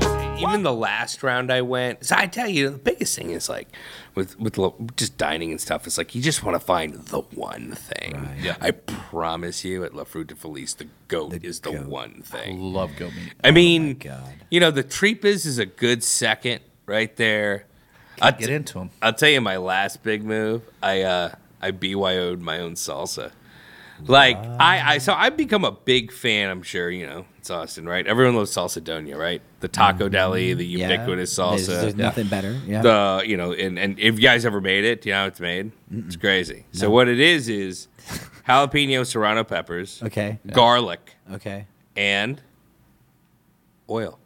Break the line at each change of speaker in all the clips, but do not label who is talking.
the last round I went. So I tell you, the biggest thing is like with with lo- just dining and stuff. It's like you just want to find the one thing.
Yeah.
I promise you, at La Fruta Felice, the goat is the
goat. Oh
one thing.
Love goat meat.
I mean,
God.
you know, the Treepas is a good second right there. I'll,
Get into them.
I'll tell you my last big move. I uh, I BYO'd my own salsa. Like I, I so I've become a big fan. I'm sure you know it's Austin, right? Everyone loves salsa donia, right? The taco deli, the
Mm-hmm. Yeah.
ubiquitous
There's,
salsa.
there's nothing better. Yeah.
The you know, and, and if you guys ever made it, do you know how it's made? It's crazy. So what it is is jalapeno serrano peppers,
okay.
garlic,
Okay.
and oil.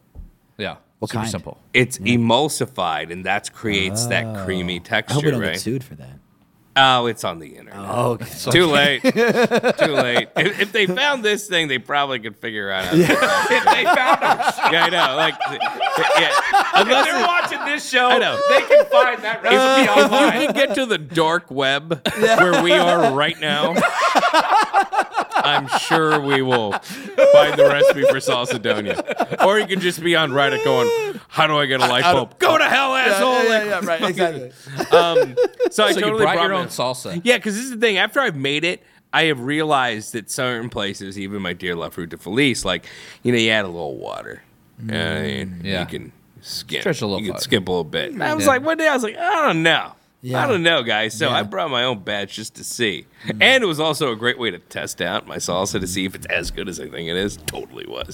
Yeah.
What
Super
kind?
simple.
It's emulsified, and that creates that creamy
Oh. I hope we
texture,
don't get
right?
sued for that.
Oh, it's on the internet.
Oh, okay.
Too late. Too late. If, if they found this thing, they probably could figure out. How to if they found us. Yeah, I know. Like, yeah. unless
They're
it-
watching this show.
I know.
They can find that recipe online.
if you can get to the dark web where we are right now, I'm sure we will find the recipe for salsadonia. Or you can just be on Reddit going, "How do I get a light bulb?" Go to hell, asshole! Oh, Like,
right. Exactly.
So I
So
totally
you brought your
brought
own
it.
salsa.
Yeah, because this is the thing. After I've made it, I have realized that certain places, even my dear La Fruta Felice, like you know, you add a little water, uh, and
Yeah.
you can skip,
Stretch a little
you can
further.
skip a little bit. And I was
Yeah.
like, one day I was like, I don't know.
Yeah.
I don't know, guys. So I
Yeah.
brought my own batch just to see. And it was also a great way to test out my salsa to see if it's as good as I think it is. Totally was.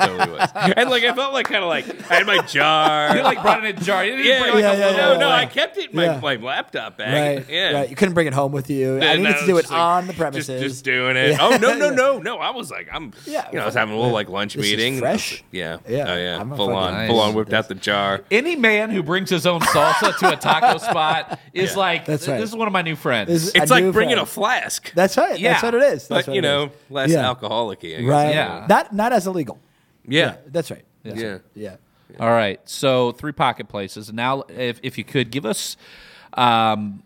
totally was. And like I felt like kind of like I had my jar.
You like brought it in a jar. You didn't
yeah,
bring, like,
yeah,
a
yeah,
little-
yeah.
no, no, I kept it in my,
Yeah.
my laptop bag.
Right.
Yeah.
Right. You couldn't bring it home with you. I
And
needed to
was
do it
just like,
on the
just-
premises.
Just, doing it. Oh no, no, no, no! I was like, I'm,
Yeah,
you know, I was having a little like lunch
This is
meeting.
fresh.
Yeah,
Yeah,
oh yeah,
I'm a
full
fucking
on,
nice.
full on, whipped out the jar.
Any man who brings his own salsa to a taco spot is
Yeah.
like,
That's right.
this is one of my new friends.
This is-
It's
I
like
knew
bringing
that.
a flask,
That's right.
Yeah.
That's what it is. That's
but
what
you
it
know,
is.
less
Yeah.
alcoholic-y, I guess.
right?
Yeah.
Not not as illegal.
Yeah,
That's right. That's
Yeah.
Right. Yeah.
All right. So three pocket places. Now, if, if you could give us, um,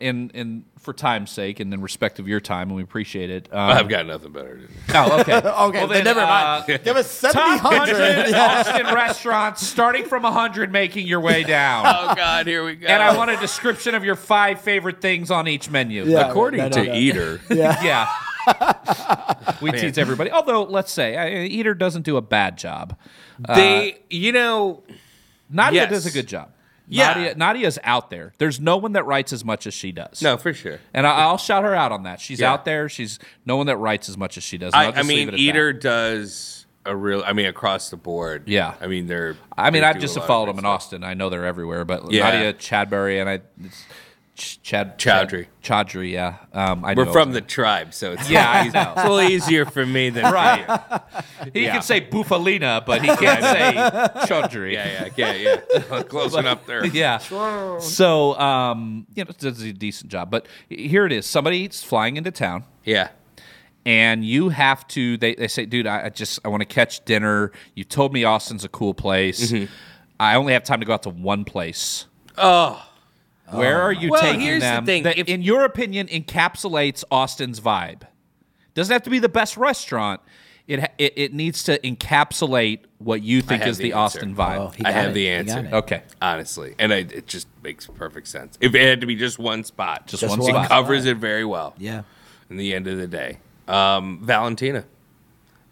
and and for time's sake, and then respect of your time, and we appreciate it. Um,
I've got nothing better. to do.
oh, okay. okay.
Okay. then, never mind.
uh,
Give us seventy
Top 100
hundred.
Austin restaurants, starting from 100, making your way down.
Oh God, here we go.
And I want a description of your five favorite things on each menu.
Yeah.
according
No, no,
to
no.
Eater,
Yeah. we tease everybody. Although, let's say, uh, Eater doesn't do a bad job.
they, you know,
Nadia
Yes.
does a good job.
Yeah.
Nadia, Nadia's out there. There's no one that writes as much as she does.
no, for sure.
And I, I'll shout her out on that. She's
Yeah.
out there. She's no one that writes as much as she does. And
I,
I'll
I
just leave
mean,
it at
Eater
that.
does a real. I mean, across the board.
Yeah.
I mean, they're.
I mean,
they
I've
do
just
a lot of
followed
great
them in
stuff.
Austin. I know they're everywhere. But
Yeah.
Nadia Chadbury and I, it's Ch- Chad
Chowdhury.
Chad- Chaudhry. Yeah, um, I
We're
know
from
it.
the tribe, so it's
Yeah, I
it's a little easier for me than
Right. He
Yeah.
can say Bufalina, but he can't say Chaudhry.
Yeah, yeah, yeah, yeah. Close enough there.
yeah. So, um, you know, does a decent job. But here it is: somebody's flying into town,
Yeah.
and you have to. They, they say, "Dude, I, I just I want to catch dinner. You told me Austin's a cool place.
Mm-hmm.
I only have time to go out to one place."
Oh,
Where are you
Well,
taking
here's the
them?
thing,
That,
if-
in your opinion, encapsulates Austin's vibe. Doesn't have to be the best restaurant. It ha- it, it needs to encapsulate what you think
have
is
the
the,
answer.
Austin
Oh,
vibe.
I have the answer.
Okay,
honestly, and I, it just makes perfect sense. If it had to be just one spot,
just,
Just
one
one.
it
spot.
covers it very well.
Yeah.
In the end of the day, um, Valentina,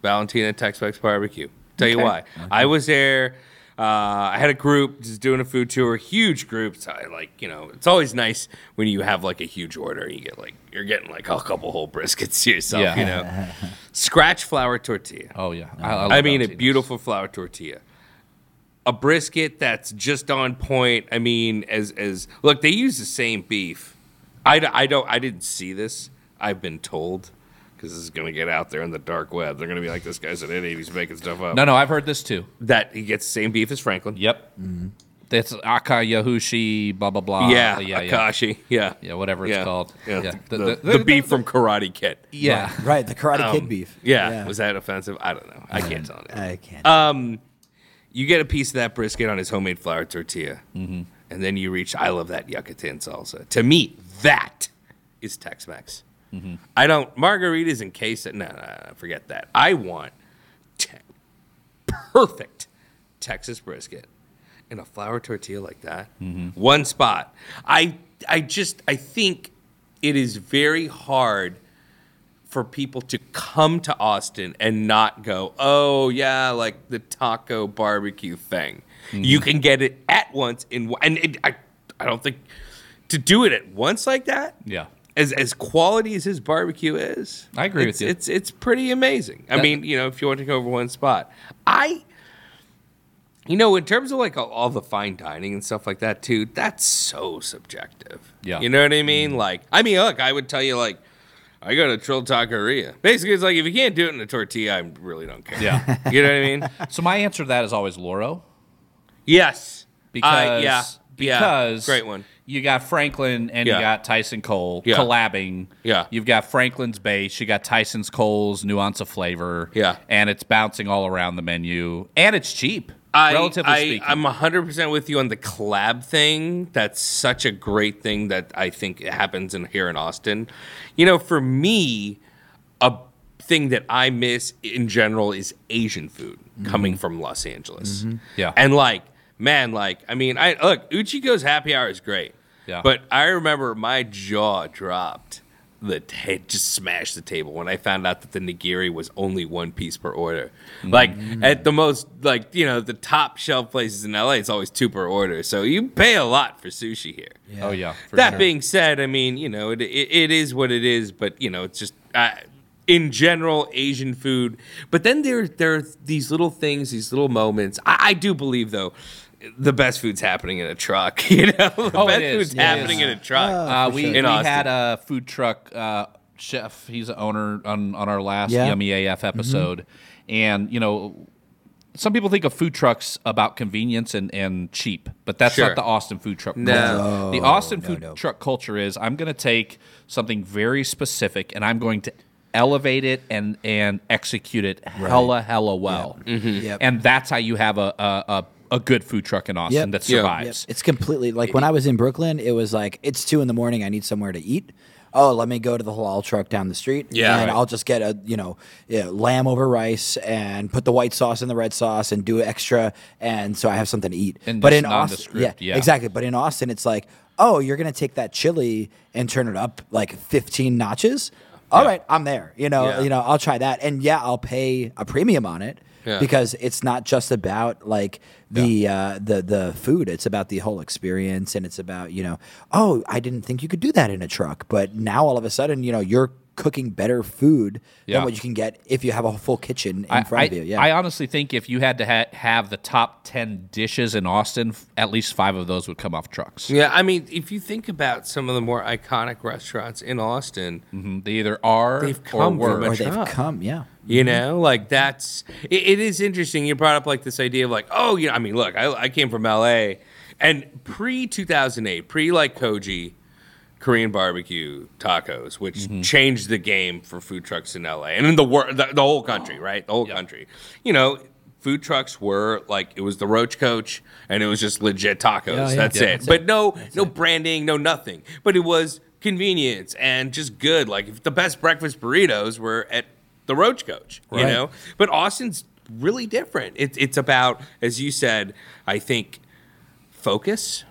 Valentina Tex-Mex Barbecue. Tell you
Okay.
why. I was there. Uh, I had a group just doing a food tour, huge group. So I like, you know, it's always nice when you have like a huge order and you get like, you're getting like a couple whole briskets to yourself,
Yeah.
you know. Scratch flour tortilla.
Oh yeah, I, I, love
I mean, a
Valentinos.
beautiful flour tortilla, a brisket that's just on point. I mean, as as look, they use the same beef. I, d- I don't I didn't see this. I've been told because this is gonna get out there in the dark web. They're gonna be like, this guy's an idiot. He's making stuff up.
No, no, I've heard this too.
That he gets the same beef as Franklin.
Yep,
Mm-hmm.
that's Aka Yahushi, blah blah blah.
Yeah,
Uh, yeah, yeah,
Akashi. Yeah.
yeah, whatever it's
Yeah.
called.
Yeah,
Yeah.
The, the- the beef from Karate Kid.
yeah.
Right. The Karate Kid beef.
Um, Yeah. Was Uh, that offensive? I don't know. I can't tell. Anymore.
I can't.
you get a piece of that brisket on his homemade flour tortilla, and then you reach I love that yucatan salsa. To me, that is Tex-Mex. I don't margaritas and queso. No, no, no, forget that. I want te- perfect Texas brisket in a flour tortilla like that, one spot. I I just I think it is very hard for people to come to Austin and not go, oh yeah, like the taco barbecue thing. You can get it at once in one- and it, I I don't think to do it at once like that.
Yeah.
As as quality as his barbecue is,
I agree
it's-
with you.
It's it's pretty amazing. I
That-
mean, you know, if you want to go over one spot, I. You know, in terms of like all, all the fine dining and stuff like that, too, that's so subjective.
Yeah. Mm-hmm.
You know what I mean? Like, I mean, look, I would tell you, like, I go to Trill Taqueria. Basically, it's like if you can't do it in a tortilla, I really don't care.
Yeah.
You know what I mean?
So my answer to that is always Loro
Yes.
because
I- yeah. yeah.
because
Great one.
You got Franklin and
Yeah.
you got Tyson Cole
Yeah.
collabing.
Yeah.
You've got Franklin's base. You got Tyson's Cole's nuance of flavor.
Yeah.
And it's bouncing all around the menu, and it's cheap,
I,
relatively
I,
speaking.
I'm 100% with you on the collab thing. That's such a great thing that I think it happens in here in Austin. You know, for me, a thing that I miss in general is Asian food coming from Los Angeles.
Mm-hmm. Yeah.
And like, man, like, I mean, I look, Uchigo's happy hour is great.
Yeah.
But I remember my jaw dropped. The ta- just smashed the table when I found out that the nigiri was only one piece per order. Like at the most, like you know, the top shelf places in LA, it's always two per order. So you pay a lot for sushi here.
oh yeah. for
that
sure.
being said, I mean, you know, it, it, it is what it is, but you know, it's just uh, in general Asian food. But then there there are these little things, these little moments. I, I do believe though, the best food's happening in a truck. You know, the
Oh, it
best
is.
food's
It
happening
is.
in a truck.
Uh, we
In
we
Austin.
had a food truck uh, chef. He's an owner on, on our last
Yeah. Mm-hmm.
Yummy AF episode. And, you know, some people think of food trucks about convenience and, and cheap, but that's
Sure.
not the Austin food truck.
No.
culture. The Austin
no,
food
no.
truck culture is I'm going to take something very specific and I'm going to elevate it and, and execute it hella, hella well.
Mm-hmm.
Yep.
And that's how you have a, a, a, a good food truck in
Yep.
Austin that
Yeah.
survives.
Yep. It's completely like when I was in Brooklyn, it was like it's two in the morning. I need somewhere to eat. Oh, let me go to the halal truck down the street.
Yeah.
and
Right.
I'll just get a you know yeah, lamb over rice and put the white sauce in the red sauce and do extra, and so I have something to eat.
And
but
just
in Austin,
nondescript, yeah.
exactly. But in Austin, it's like oh, you're gonna take that chili and turn it up like 15 notches. All right, I'm there. You know,
Yeah.
you know, I'll try that, and yeah, I'll pay a premium on it
Yeah.
because it's not just about like the uh, the the food. It's about the whole experience, and it's about you know, oh, I didn't think you could do that in a truck, but now all of a sudden, you know, you're cooking better food
Yeah.
than what you can get if you have a full kitchen in
I-
front
I,
of you. Yeah,
I honestly think if you had to ha- have the top 10 dishes in Austin, f- at least five of those would come off trucks.
yeah, I mean, if you think about some of the more iconic restaurants in Austin,
Mhm. They either are
They've
or
come
were.
from
or
a
they've
truck.
come. Yeah,
You know, like that's it, it is interesting. You brought up like this idea of like, oh, you know, I mean, look, I, I came from LA and pre 2008, pre like Koji, Korean barbecue tacos, which
Mm-hmm.
changed the game for food trucks in LA and in the world, the, the whole country,
Oh.
right? The whole country. You know, food trucks were like it was the Roach Coach, and it was just legit tacos. That's
yeah. Yeah,
it.
that's it.
but no, no branding, no nothing. But it was convenience and just good. Like if the best breakfast burritos were at the Roach Coach, you
Right.
know. But Austin's really different. It's it's about, as you said, I think focus.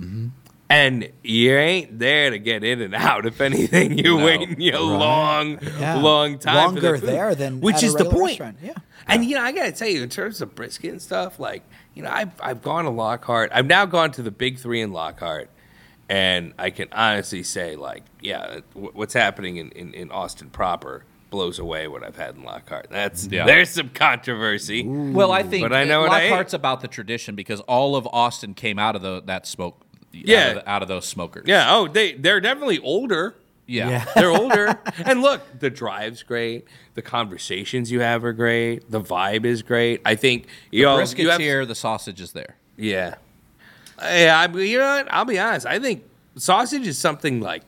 Mm-hmm.
And you ain't there to get in and out. If anything, you're
No.
waiting you know, long,
Yeah.
long time. for the
Longer
food,
there than
which
at a
is the
regular
point.
restaurant. Yeah.
And you know, I gotta tell you, in terms of brisket and stuff, like you know, I've I've gone to Lockhart. I've now gone to the big three in Lockhart, and I can honestly say, like, yeah, wh- what's happening in, in, in Austin proper blows away what I've had in Lockhart. That's
Yeah.
there's some controversy.
Well, I think
But I know what I ate.
Lockhart's about the tradition because all of Austin came out of the, that smoke. Out
Yeah.
of, the- out of those smokers.
Yeah. Oh, they they're definitely older.
Yeah.
They're older. and look, the drive's great. The conversations you have are great. The vibe is great. I think you know,
Brisket's
you have-
here, the sausage is there.
Yeah. Yeah, I mean, you know what? I'll be honest. I think sausage is something like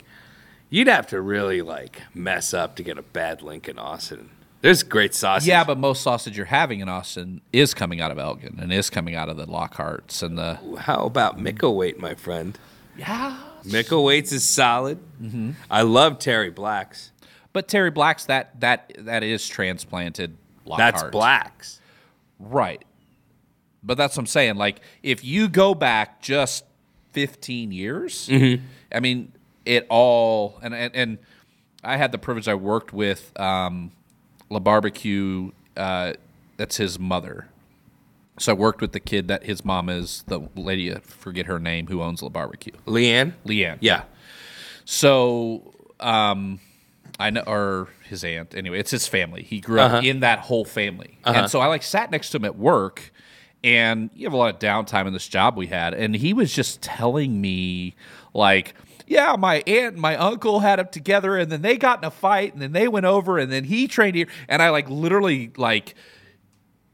you'd have to really like mess up to get a bad link in Austin. There's great sausage.
Yeah, but most sausage you're having in Austin is coming out of Elgin and is coming out of the Lockharts and the.
how about Mickleweight, my friend?
Yeah.
Mickleweight's is solid.
Mm-hmm.
I love Terry Black's.
But Terry Black's that that that is transplanted Lockhart.
That's Black's.
Right. But that's what I'm saying. Like, if you go back just 15 years, I mean, it all and, and and I had the privilege. I worked with um, La Barbecue. Uh, that's his mother. So I worked with the kid that his mom is the lady. I forget her name. Who owns La Barbecue?
Leanne?
Leanne.
Yeah.
So, um, I know, or his aunt. Anyway, it's his family. He grew up in that whole family, and so I like sat next to him at work, and you have a lot of downtime in this job we had, and he was just telling me like. Yeah, my aunt and my uncle had them together, and then they got in a fight, and then they went over, and then he trained here. And I like literally like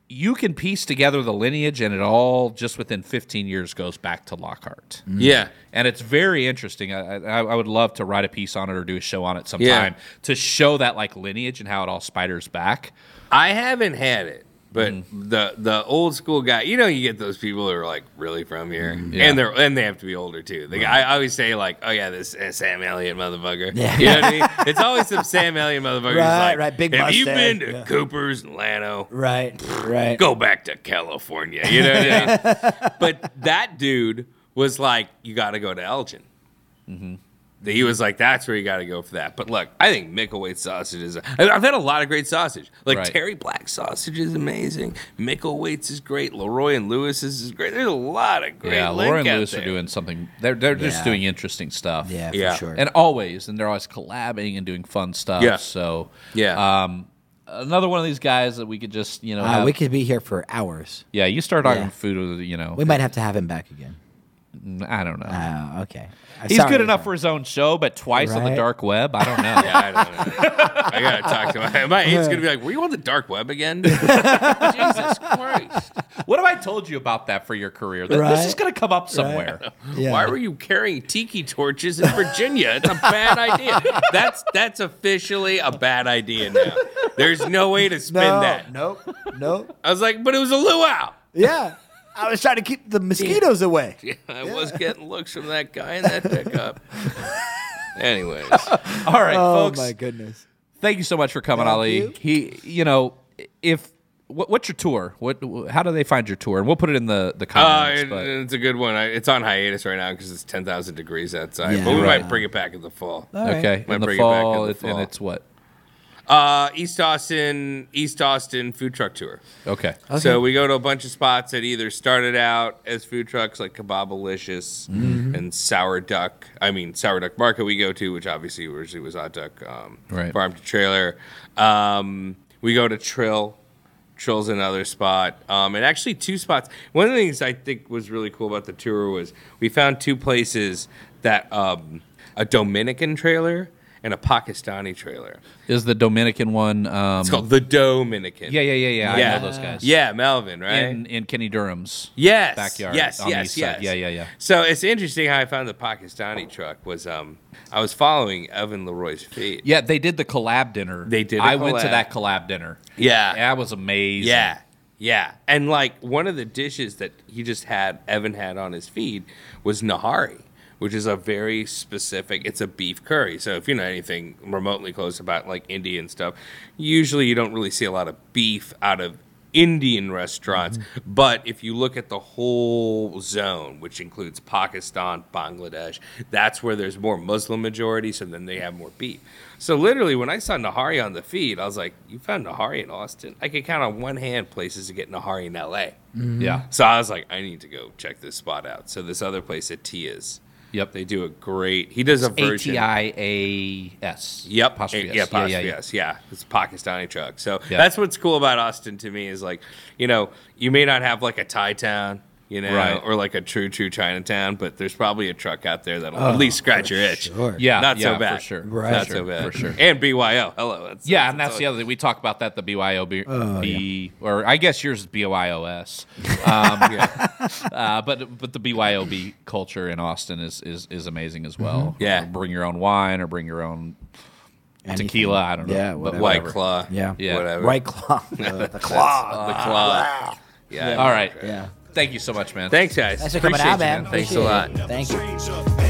you can piece together the lineage, and it all just within 15 years goes back to Lockhart
Yeah.
and it's very interesting. I, I, I would love to write a piece on it or do a show on it sometime
Yeah.
to show that like lineage and how it all spiders back.
I haven't had it, but
Mm.
the the old school guy, you know, you get those people who are like really from here,
Mm-hmm.
and they're and they have to be older too. The guy, I always say like, oh yeah, this uh, Sam Elliott motherfucker.
Yeah.
You know what I mean? It's always some Sam Elliott motherfucker. who's
Right,
like,
right, big
Have you
mustache."
been to
Yeah.
Cooper's, Lano?
Right, right.
Go back to California. You know what I mean? But that dude was like, you got to go to Elgin.
Mm-hmm.
He was like, that's where you got to go for that. But look, I think Mickleweight sausage is. I- I've had a lot of great sausage. Like
Right.
Terry Black sausage is amazing. Mickleweights is great. Leroy and Lewis's is great. There's a lot of great.
yeah,
link
Laura and
out
Lewis
there.
are doing something. They're they're just
Yeah.
doing interesting stuff.
Yeah, for
Yeah.
sure.
and always, and they're always collabing and doing fun stuff.
Yeah.
So
Yeah.
um, another one of these guys that we could just you know.
Uh,
have-
we could be here for hours.
yeah, you start talking
Yeah.
food with you know.
We might have to have him back again.
I don't know.
Uh, okay. Uh,
He's
sorry,
good enough for
Ethan.
his own show, but twice on the
Right.
dark web. I don't know.
Yeah, I don't know. I gotta talk to my my agent's gonna be like, "Were you on the dark web again?" Jesus Christ!
What have I told you about that for your career? That This
Right.
is going to come up somewhere.
Yeah.
Why were you carrying tiki torches in Virginia? It's a bad idea. That's that's officially a bad idea now. There's no way to spin
no,
that.
Nope. Nope.
I was like, but it was a luau.
yeah. I was trying to keep the mosquitoes away.
I was getting looks from that guy in that pickup. Anyways,
All right,
Oh
folks.
my goodness.
Thank you so much for coming,
Thank
Ali.
you.
He, you know, if what, what's your tour? What? How do they find your tour? And we'll put it in the the
uh,
comments.
it-
but
it's a good one. I, it's on hiatus right now because it's ten thousand degrees outside.
Yeah.
but we
Right. Uh,
might bring it back in the fall.
All right.
okay,
Might
in the
bring it back in
fall,
the
it- and
fall.
it's what?
Uh, East Austin, East Austin food truck tour.
Okay,
So we go to a bunch of spots that either started out as food trucks like Kebabalicious
Mm-hmm.
and Sour Duck. I mean Sour Duck Market we go to, which obviously originally was Hot Duck um,
Right.
Farm to Trailer. Um, we go to Trill. Trill's another spot, um, and actually two spots. One of the things I think was really cool about the tour was we found two places that um, a Dominican trailer and a Pakistani trailer.
is the Dominican one? Um,
It's called the Dominican.
yeah, yeah, yeah, yeah.
yeah.
I know those guys.
Yeah, Melvin, right?
in in Kenny Durham's.
yes,
backyard
Yes,
on the
yes,
east side.
yes.
Yeah, yeah, yeah.
So it's interesting how I found the Pakistani truck was um I was following Evan Leroy's feed.
Yeah, they did the collab dinner.
They did a
I went to
collab.
that collab dinner.
Yeah.
I was amazed.
Yeah. Yeah. And like one of the dishes that he just had Evan had on his feed was Nahari, which is a very specific it's a beef curry. So if you know anything remotely close about like Indian stuff, usually you don't really see a lot of beef out of Indian restaurants,
Mm-hmm.
but if you look at the whole zone, which includes Pakistan, Bangladesh, that's where there's more Muslim majority, so then they have more beef. So literally, when I saw Nahari on the feed, I was like, "You found Nahari in Austin? I could count on one hand places to get Nahari in L.A."
Mm-hmm. yeah.
So I was like, "I need to go check this spot out." So this other place at Tia's,
Yep.
they do a great. He does a
A
version.
T I A S.
Yep.
Apostrophe
Yeah,
S.
yeah, apostrophe S. Yeah, It's a Pakistani truck. So
Yeah.
that's what's cool about Austin to me is like, you know, you may not have like a Thai town, you know,
Right.
or like a true, true Chinatown, but there's probably a truck out there that'll
Oh,
at least scratch your itch.
Sure.
Yeah,
Not
yeah,
so bad.
for sure.
Right.
Right.
Not
For
so
sure,
bad.
for sure.
And BYO. Hello. That's,
Yeah,
that's-
and that's the other thing we talk about that the BYO B,
Oh,
B- or I guess yours is BYOS, um, uh, but but the BYOB culture in Austin is is is amazing as well.
Mm-hmm.
Yeah.
Or bring your own wine or bring your own
Anything.
tequila. I don't know.
Yeah,
but
whatever.
White Claw.
Yeah.
Yeah.
Whatever.
Right claw. Uh, the claw.
The Claw. Yeah.
All right.
Yeah.
Thank you so much, man.
Thanks, guys.
Thanks for coming
Appreciate
out,
you,
man.
Thanks a
Appreciate
lot.
it. Thank you.
Strange up, man.